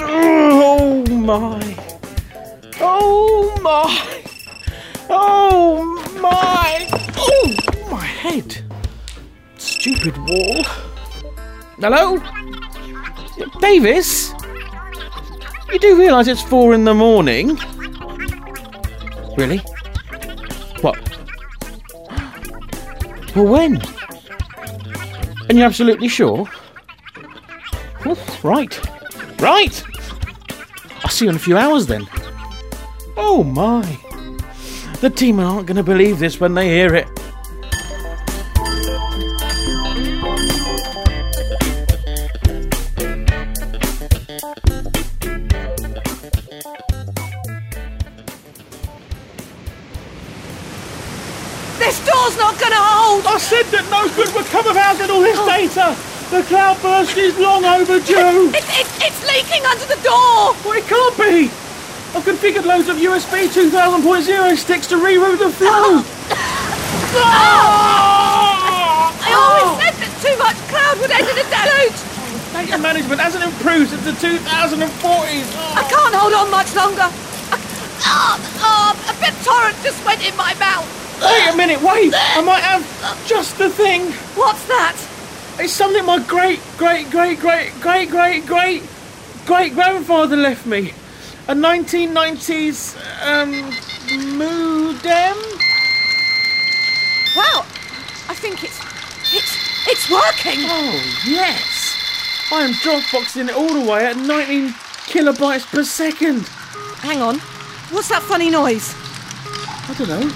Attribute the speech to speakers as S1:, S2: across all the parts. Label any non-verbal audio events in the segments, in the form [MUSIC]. S1: Oh my. Oh my. Oh my. Oh my head. Stupid wall. Hello? Davis? You do realise it's four in the morning? Really? What? Well, when? And you're absolutely sure? Oh, right. Right! I'll see you in a few hours then. Oh my. The team aren't going to believe this when they hear it.
S2: This door's not gonna hold! Oh.
S1: I said that no good would come of out all this data. The cloud burst is long overdue.
S2: It, it, it's leaking under the door!
S1: Well, it can't be. I've configured loads of USB 2000.0 sticks to reroute the flow.
S2: Oh.
S1: Ah!
S2: I always said that too much cloud would end in a deluge!
S1: Data management hasn't improved since the 2040s.
S2: I can't hold on much longer! I- Ah, ah, a bit torrent just went in my mouth!
S1: Wait a minute, wait. I might have just the thing.
S2: What's that?
S1: It's something my great, great, great, great, great, great, great, great grandfather left me. A 1990s um, modem.
S2: Wow! I think it's. It's. It's working!
S1: Oh yes, I am Dropboxing it all the way at 19 kilobytes per second.
S2: Hang on. What's that funny noise?
S1: I don't know.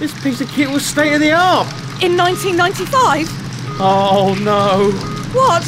S1: This piece of kit was state of the art.
S2: In 1995?
S1: Oh no,
S2: What?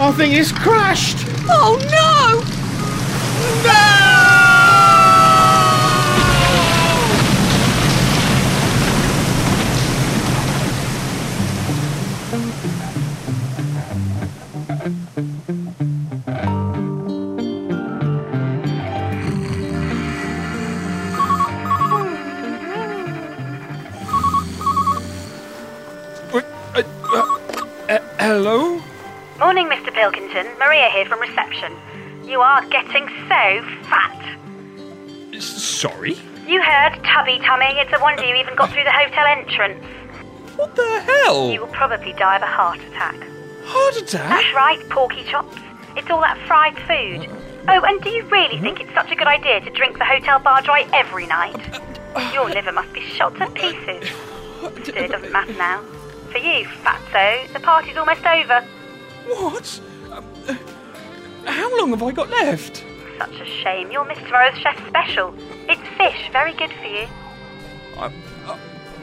S1: I think it's crashed.
S2: Oh no!
S3: Uh, uh, uh, hello?
S4: Morning, Mr. Pilkington. Maria here from reception. You are getting so fat.
S3: S- Sorry?
S4: You heard Tubby Tummy. It's a wonder you even got through the hotel entrance.
S3: What the hell?
S4: You will probably die of a heart attack.
S3: Heart attack?
S4: That's right, porky chops. It's all that fried food.
S3: Uh-huh.
S4: Oh, and do you really think it's such a good idea to drink the hotel bar dry every night?
S3: Uh,
S4: Your liver must be shot to
S3: [SIGHS]
S4: pieces. Still, it doesn't matter now. For you, fatso, the party's almost over.
S3: What? Um, uh, how long have I got left?
S4: Such a shame. You'll miss tomorrow's chef special. It's fish, very good for you.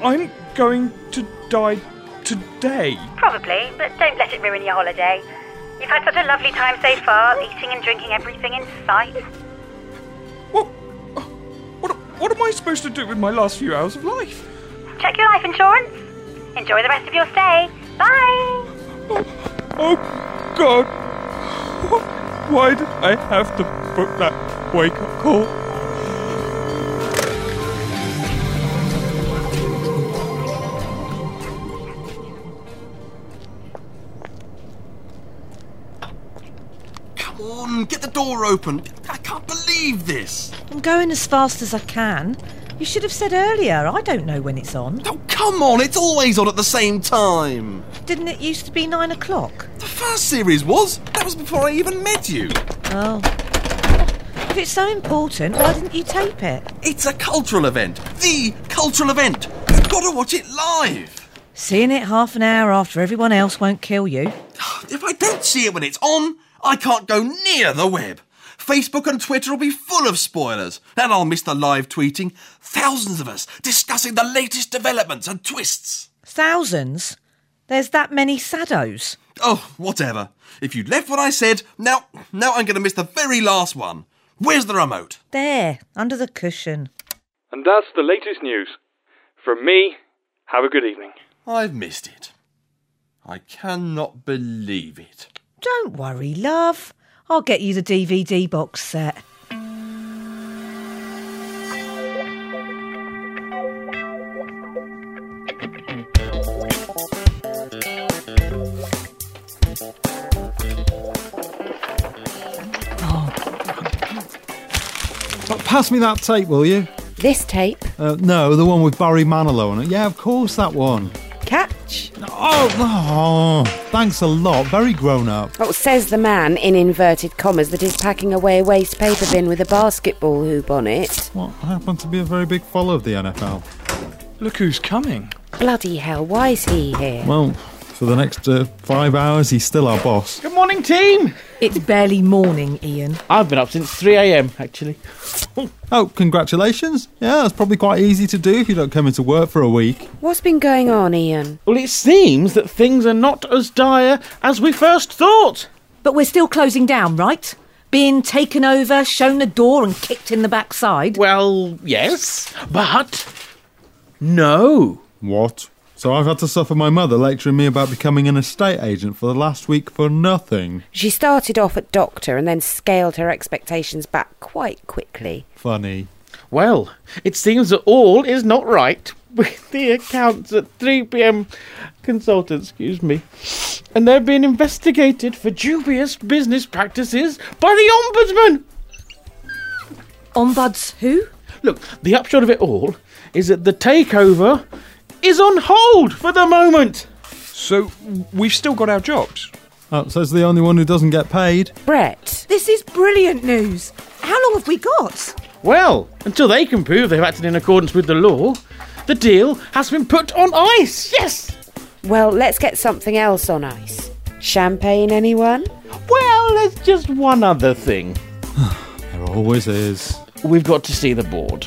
S3: I'm going to die today.
S4: Probably, but don't let it ruin your holiday. You've had such a lovely time so far, eating and drinking everything in sight.
S3: What? What, what am I supposed to do with my last few hours of life?
S4: Check your life insurance. Enjoy the rest of your stay. Bye!
S3: Oh, God. Why did I have to book that wake up call?
S5: Come on, get the door open. I can't believe this.
S6: I'm going as fast as I can. You should have said earlier, I don't know when it's on.
S5: Oh, come on, it's always on at the same time.
S6: Didn't it used to be nine o'clock?
S5: The first series was. That was before I even met you.
S6: Oh. If it's so important, why didn't you tape it?
S5: It's a cultural event. The cultural event. You've got to watch it live.
S6: Seeing it half an hour after everyone else won't kill you.
S5: If I don't see it when it's on, I can't go near the web. Facebook and Twitter will be full of spoilers, and I'll miss the live tweeting. Thousands of us discussing the latest developments and twists.
S6: Thousands? There's that many saddos.
S5: Oh, whatever. If you left what I said, now, now I'm going to miss the very last one. Where's the remote?
S6: There, under the cushion.
S7: And that's the latest news. From me, have a good evening.
S5: I've missed it. I cannot believe it.
S6: Don't worry, love. I'll get you the DVD box set. Oh,
S8: Pa- Pass me that tape, will you?
S9: This tape.
S8: Uh, no, the one with Barry Manilow on it. Yeah, of course, that one.
S6: Catch.
S8: Oh, no. thanks a lot. Very grown up.
S9: Oh, says the man in inverted commas that is packing away a waste paper bin with a basketball hoop on it.
S8: What happened to be a very big follower of the NFL?
S3: Look who's coming.
S9: Bloody hell, why is he here?
S8: Well, for the next uh, five hours, he's still our boss.
S1: Good morning, team.
S6: It's barely morning, Ian.
S1: I've been up since 3 a.m. actually.
S8: [LAUGHS] Oh, congratulations. Yeah, that's probably quite easy to do if you don't come into work for a week.
S9: What's been going on, Ian?
S1: Well, it seems that things are not as dire as we first thought.
S6: But we're still closing down, right? Being taken over, shown the door, and kicked in the backside.
S1: Well, yes, but no.
S8: What? So I've had to suffer my mother lecturing me about becoming an estate agent for the last week for nothing.
S9: She started off at doctor and then scaled her expectations back quite quickly.
S8: Funny.
S1: Well, it seems that all is not right [LAUGHS] with the accounts at 3 pm consultants, excuse me. And they're being investigated for dubious business practices by the Ombudsman.
S6: Ombuds who?
S1: Look, the upshot of it all is that the takeover is on hold for the moment.
S3: So we've still got our jobs.
S8: Oh, so it's the only one who doesn't get paid.
S9: Brett,
S6: This is brilliant news. How long have we got?
S1: Well, until they can prove they've acted in accordance with the law, the deal has been put on ice. Yes.
S9: well, let's get something else on ice. Champagne, anyone?
S1: Well, there's just one other thing.
S8: [SIGHS] There always is.
S1: We've got to see the board.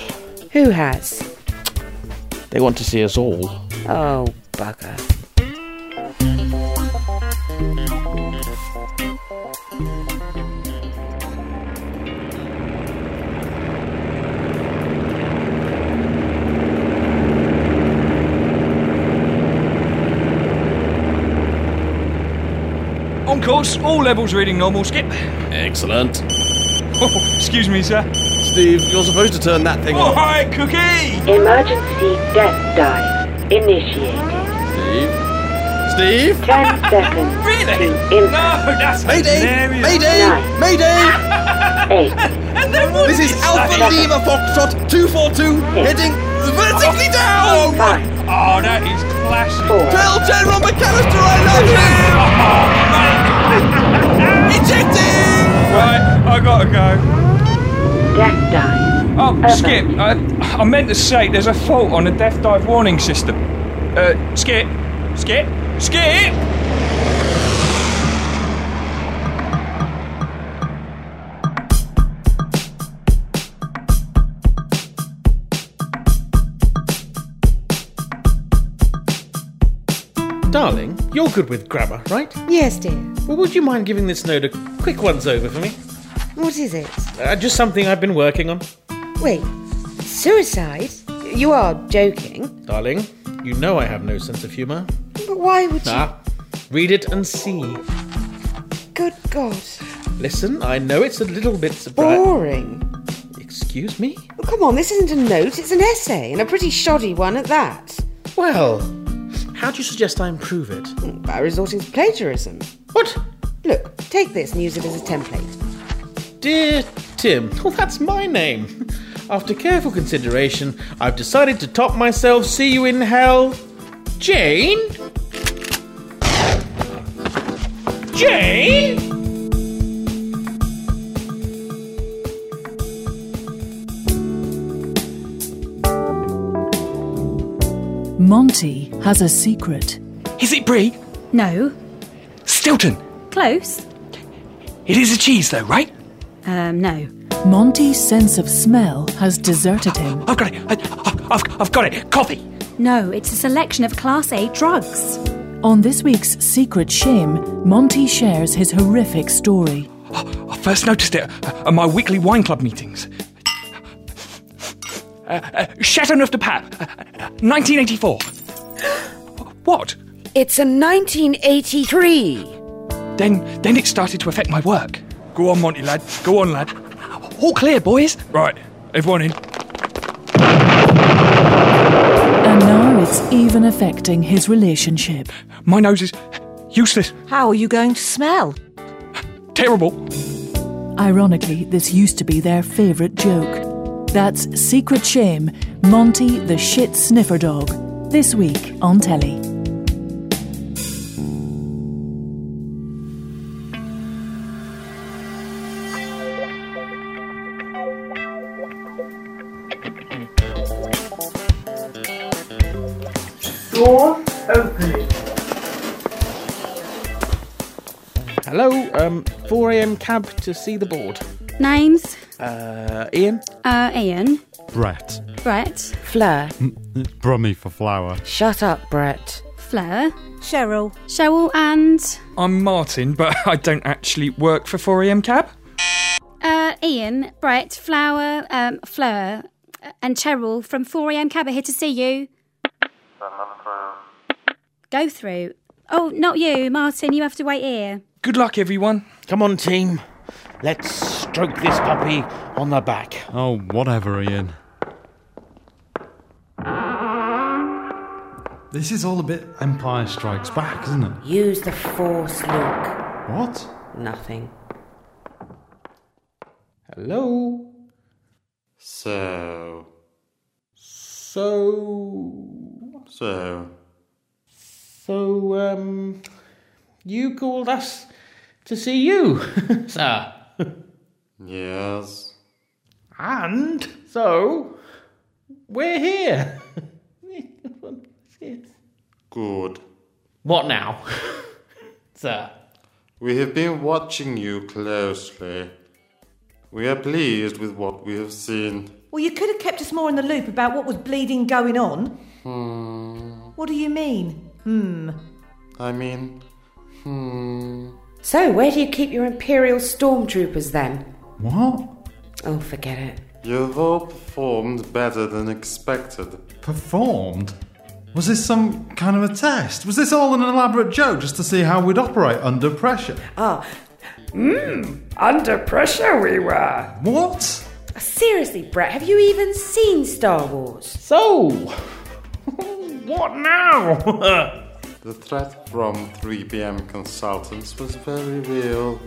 S9: Who has?
S1: They want to see us all.
S9: Oh, bugger.
S3: On course, all levels reading normal, skip.
S5: Excellent.
S3: Oh, excuse me, sir.
S5: Steve, you're supposed to turn that thing off.
S3: Oh, hi, Cookie!
S10: Emergency death dive initiated.
S5: Steve. Steve.
S10: 10 seconds
S3: [LAUGHS] Really?
S10: to
S3: No,
S10: impact
S3: that's
S5: Mayday!
S3: hilarious.
S5: Mayday!
S10: Nine.
S5: Mayday!
S10: 8.
S3: And then what
S5: This is Alpha
S10: Seven.
S5: Lima Foxtrot 242 heading vertically down!
S10: Five.
S3: Oh, that is classic.
S10: Four.
S5: Tell General McAllister I love you! [LAUGHS] Ejecting!
S3: Right, I gotta go.
S10: Death dive.
S3: Oh,
S10: Uh,
S3: Skip, I, I meant to say there's a fault on the death dive warning system. Uh, Skip, Skip, Skip!
S1: Darling, you're good with grammar, right?
S11: Yes, dear.
S1: Well, would you mind giving this note a quick once over for me?
S11: What is it?
S1: Uh, just something I've been working on.
S11: Wait, suicide? You are joking.
S1: Darling, you know I have no sense of humour.
S11: But why would you?
S1: Ah, read it and see.
S11: Good God.
S1: Listen, I know it's a little bit
S8: Oh.
S1: surprising.
S11: Boring.
S1: Excuse me?
S11: Well, come on, this isn't a note, it's an essay, and a pretty shoddy one at that.
S1: Well, how do you suggest I improve it?
S11: Hmm, By resorting to plagiarism.
S1: What?
S11: Look, take this and use it as a template.
S1: Dear Tim. [LAUGHS] Well, that's my name. After careful consideration, I've decided to top myself. See you in hell. Jane? Jane?
S10: Monty has a secret.
S3: Is it Brie?
S10: No,
S3: Stilton!
S10: close.
S3: It is a cheese, though, right?
S10: Um, no. Monty's sense of smell has deserted him.
S3: I've got it! I, I, I've, I've got it! Coffee!
S10: No, it's a selection of Class A drugs. On this week's Secret Shame, Monty shares his horrific story.
S3: I first noticed it at my weekly wine club meetings. Uh, uh, Chateauneuf de Pape, uh, 1984. What?
S9: It's a 1983.
S3: Then, then it started to affect my work. Go on, Monty, lad. Go on, lad. All clear, boys. Right, everyone in.
S10: And now it's even affecting his relationship.
S3: My nose is useless,
S6: How are you going to smell?
S3: terrible.
S10: Ironically, this used to be their favourite joke. That's Secret Shame, Monty the Shit Sniffer Dog. This week on telly.
S12: Door opening.
S1: Hello, um, 4 a.m. cab to see the board.
S13: Names?
S1: Uh, Ian?
S13: Uh, Ian.
S14: Brett.
S13: Brett.
S9: Fleur.
S14: Brummy for flower.
S9: Shut up, Brett.
S13: Fleur. Cheryl. Cheryl and
S3: I'm
S15: [LAUGHS]
S3: Martin, but I don't actually work for 4am Cab.
S13: uh, Ian, Brett, Flower, um, Fleur, uh, and Cheryl from 4am Cab are here to see you. Go through. Oh, not you, Martin. You have to wait here.
S1: Good luck, everyone. Come on, team. Let's stroke this puppy on the back.
S14: Oh, whatever, Ian. This is all a bit Empire Strikes Back, isn't it?
S9: Use the force, Luke.
S14: What?
S9: Nothing.
S1: Hello?
S14: So.
S1: So.
S14: So.
S1: So, um. You called us to see you, [LAUGHS] sir.
S14: [LAUGHS] Yes.
S1: And so. We're
S16: [LAUGHS]
S1: here.
S14: Good.
S1: What now? [LAUGHS] Sir.
S14: We have been watching you closely. We are pleased with what we have seen.
S6: Well, you could have kept us more in the loop about what was bleeding going on.
S14: Hmm.
S6: What do you mean? Hmm.
S14: I mean, hmm.
S9: So, where do you keep your Imperial stormtroopers then?
S14: What?
S9: Oh, forget it.
S14: You've all performed better than expected.
S8: Performed? Was this some kind of a test? Was this all an elaborate joke just to see how we'd operate under pressure?
S9: Ah.
S8: Mmm.
S9: Under pressure we
S17: Uh,
S9: were.
S8: What?
S9: uh, Seriously, Brett, have you even seen Star Wars?
S1: So. What now?
S14: [LAUGHS] The threat from 3BM consultants was very real,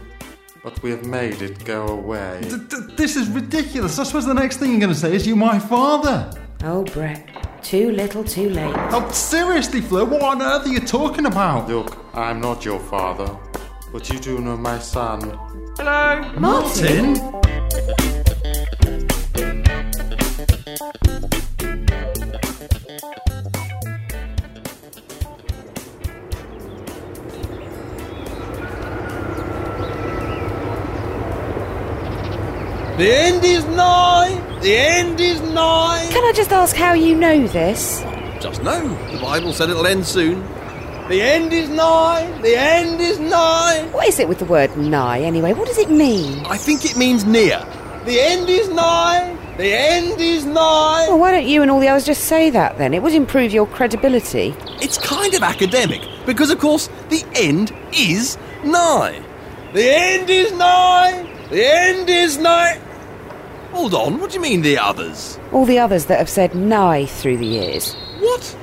S14: but we have made it go away.
S8: This is ridiculous. I suppose the next thing you're going to say is you're my father.
S9: Oh, Brett. Too little, too late.
S8: Oh, seriously, Fleur, what on earth are you talking about?
S14: Look, I'm not your father, but you do know my son.
S1: Hello?
S8: Martin?
S17: The end is nigh! The end is nigh!
S9: Can I just ask how you know this?
S5: Just know. The Bible said it'll end soon.
S17: The end is nigh! The end is nigh!
S9: What is it with the word nigh anyway? What does it mean?
S5: I think it means near.
S17: The end is nigh! The end is nigh!
S9: Well, why don't you and all the others just say that then? It would improve your credibility.
S5: It's kind of academic, because of course the end is nigh.
S17: The end is nigh! The end is nigh!
S5: Hold on, what do you mean the others?
S9: All the others that have said nigh through the years.
S5: What?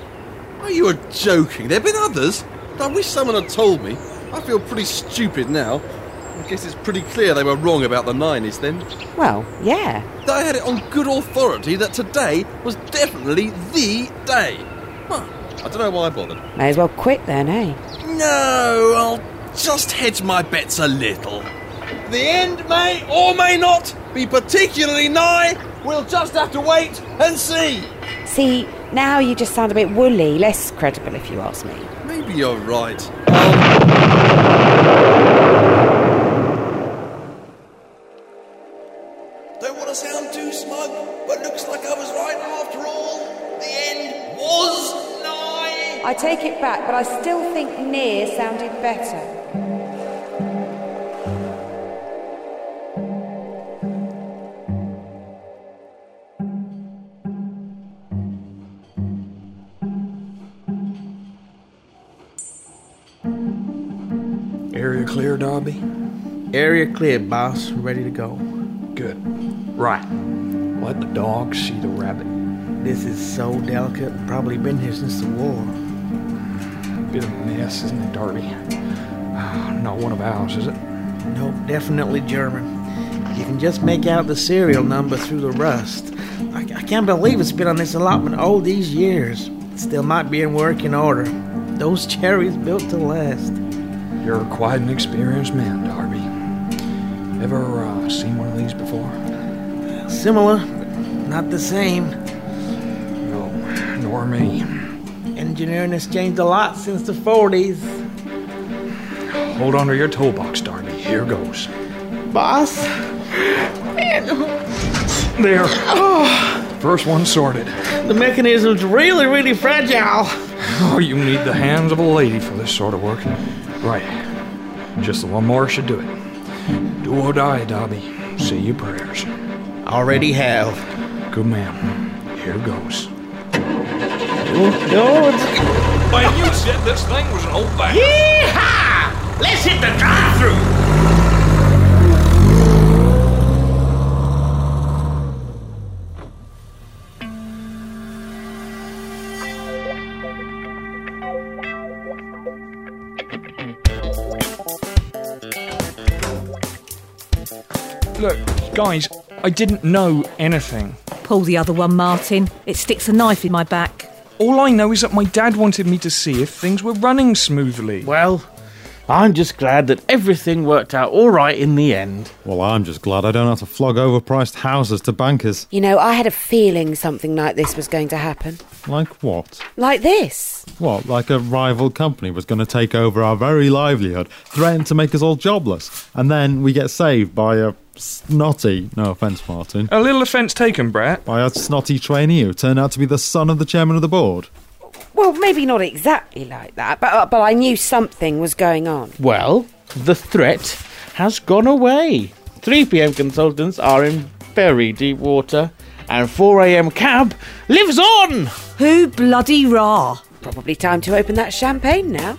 S5: Oh, you are joking. There have been others? I wish someone had told me. I feel pretty stupid now. I guess it's pretty clear they were wrong about the nineties then.
S9: Well, yeah.
S5: I had it on good authority that today was definitely the day. Huh, I don't know why I bothered.
S9: May as well quit then, eh?
S5: No, I'll just hedge my bets a little.
S17: The end may or may not be particularly nigh. We'll just have to wait and see.
S9: See, now you just sound a bit woolly, less credible if you ask me.
S5: Maybe you're right.
S17: Don't want to sound too smug, but looks like I was right after all. The end was nigh.
S9: I take it back, but I still think near sounded better.
S15: Area clear, Dobby?
S16: Area clear, boss. Ready to go.
S15: Good. Right. Let the dog see the rabbit.
S16: This is so delicate. Probably been here since the war.
S15: Bit of a mess, isn't it, Darby? Ah, Not one of ours, is it?
S16: Nope, definitely German. You can just make out the serial number through the rust. I, I can't believe it's been on this allotment all these years. It still might be in working order. Those [LAUGHS] cherries built to last.
S15: You're quite an experienced man, Darby. Ever uh, seen one of these before?
S16: Similar, but not the same.
S15: No, nor me.
S16: Engineering has changed a lot since the 40s.
S15: Hold on to your toolbox, Darby. Here goes.
S16: Boss?
S1: [SIGHS]
S15: There. First one sorted.
S16: The mechanism's really, really fragile.
S15: [LAUGHS] Oh, you need the hands of a lady for this sort of work. Right. Just the one more should do it. Do or die, Dobby. Say your prayers.
S16: Already have.
S15: Good man. Here goes.
S16: No, it's.
S7: Man, you said this thing was an old bag.
S17: Yeehaw! Let's hit the drive-through.
S15: Look, guys, I didn't know anything.
S6: Pull the other one, Martin. It sticks a knife in my back.
S15: All I know is that my dad wanted me to see if things were running smoothly.
S1: Well, I'm just glad that everything worked out all right in the end.
S8: Well, I'm just glad I don't have to flog overpriced houses to bankers.
S9: You know, I had a feeling something like this was going to happen.
S8: Like what?
S9: Like this.
S8: What, like a rival company was going to take over our very livelihood, threaten to make us all jobless, and then we get saved by a snotty, no offence, Martin,
S15: A little offence taken, Brett.
S8: by a snotty trainee who turned out to be the son of the chairman of the board?
S9: Well, maybe not exactly like that, but uh, but I knew something was going on.
S1: Well, the threat has gone away. 3pm consultants are in very deep water, and 4am cab lives on!
S6: Who bloody rah?
S9: Probably time to open that champagne now.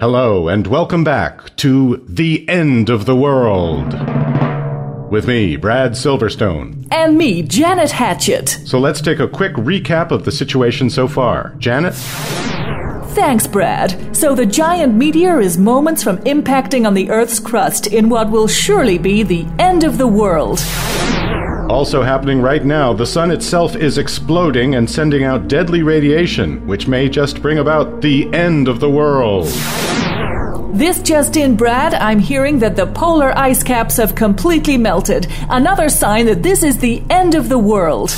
S18: Hello, and welcome back to The End of the World. With me, Brad Silverstone.
S19: And me, Janet Hatchett.
S18: So let's take a quick recap of the situation so far. Janet?
S19: Thanks, Brad. So the giant meteor is moments from impacting on the Earth's crust in what will surely be the end of the world.
S18: Also happening right now, the sun itself is exploding and sending out deadly radiation, which may just bring about the end of the world.
S19: This just in, Brad, I'm hearing that the polar ice caps have completely melted. Another sign that this is the end of the world.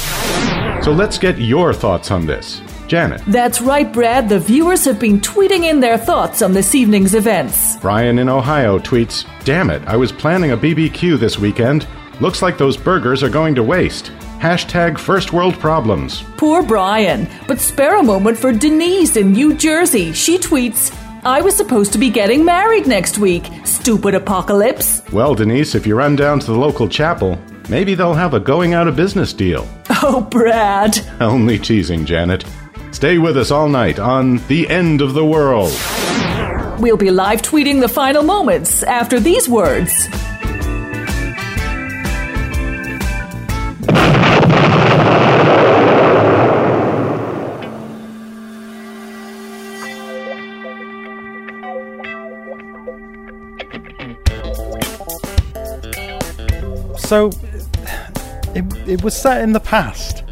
S18: So let's get your thoughts on this. Janet,
S19: That's right, Brad. The viewers have been tweeting in their thoughts on this evening's events.
S18: Brian in Ohio tweets Damn it, I was planning a BBQ this weekend. Looks like those burgers are going to waste. Hashtag first world problems.
S19: Poor Brian. But spare a moment for Denise in New Jersey. She tweets, I was supposed to be getting married next week. Stupid apocalypse.
S18: Well, Denise, if you run down to the local chapel, maybe they'll have a going out of business deal.
S19: [LAUGHS] Oh, Brad.
S18: Only teasing, Janet. Stay with us all night on The End of the World.
S19: We'll be live tweeting the final moments after these words.
S8: So, it, it was set in the past,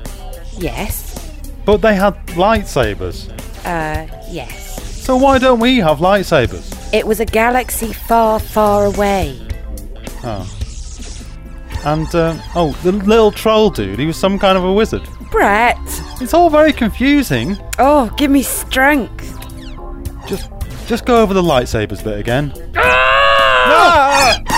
S9: Yes.
S8: but they had lightsabers.
S9: Uh, yes.
S8: So, why don't we have lightsabers?
S9: It was a galaxy far, far away.
S8: Oh. And, um, oh, the little troll dude, he was some kind of a wizard.
S9: Brett.
S8: It's all very confusing.
S9: Oh, give me strength.
S8: Just go over the lightsabers bit again.
S9: Ah!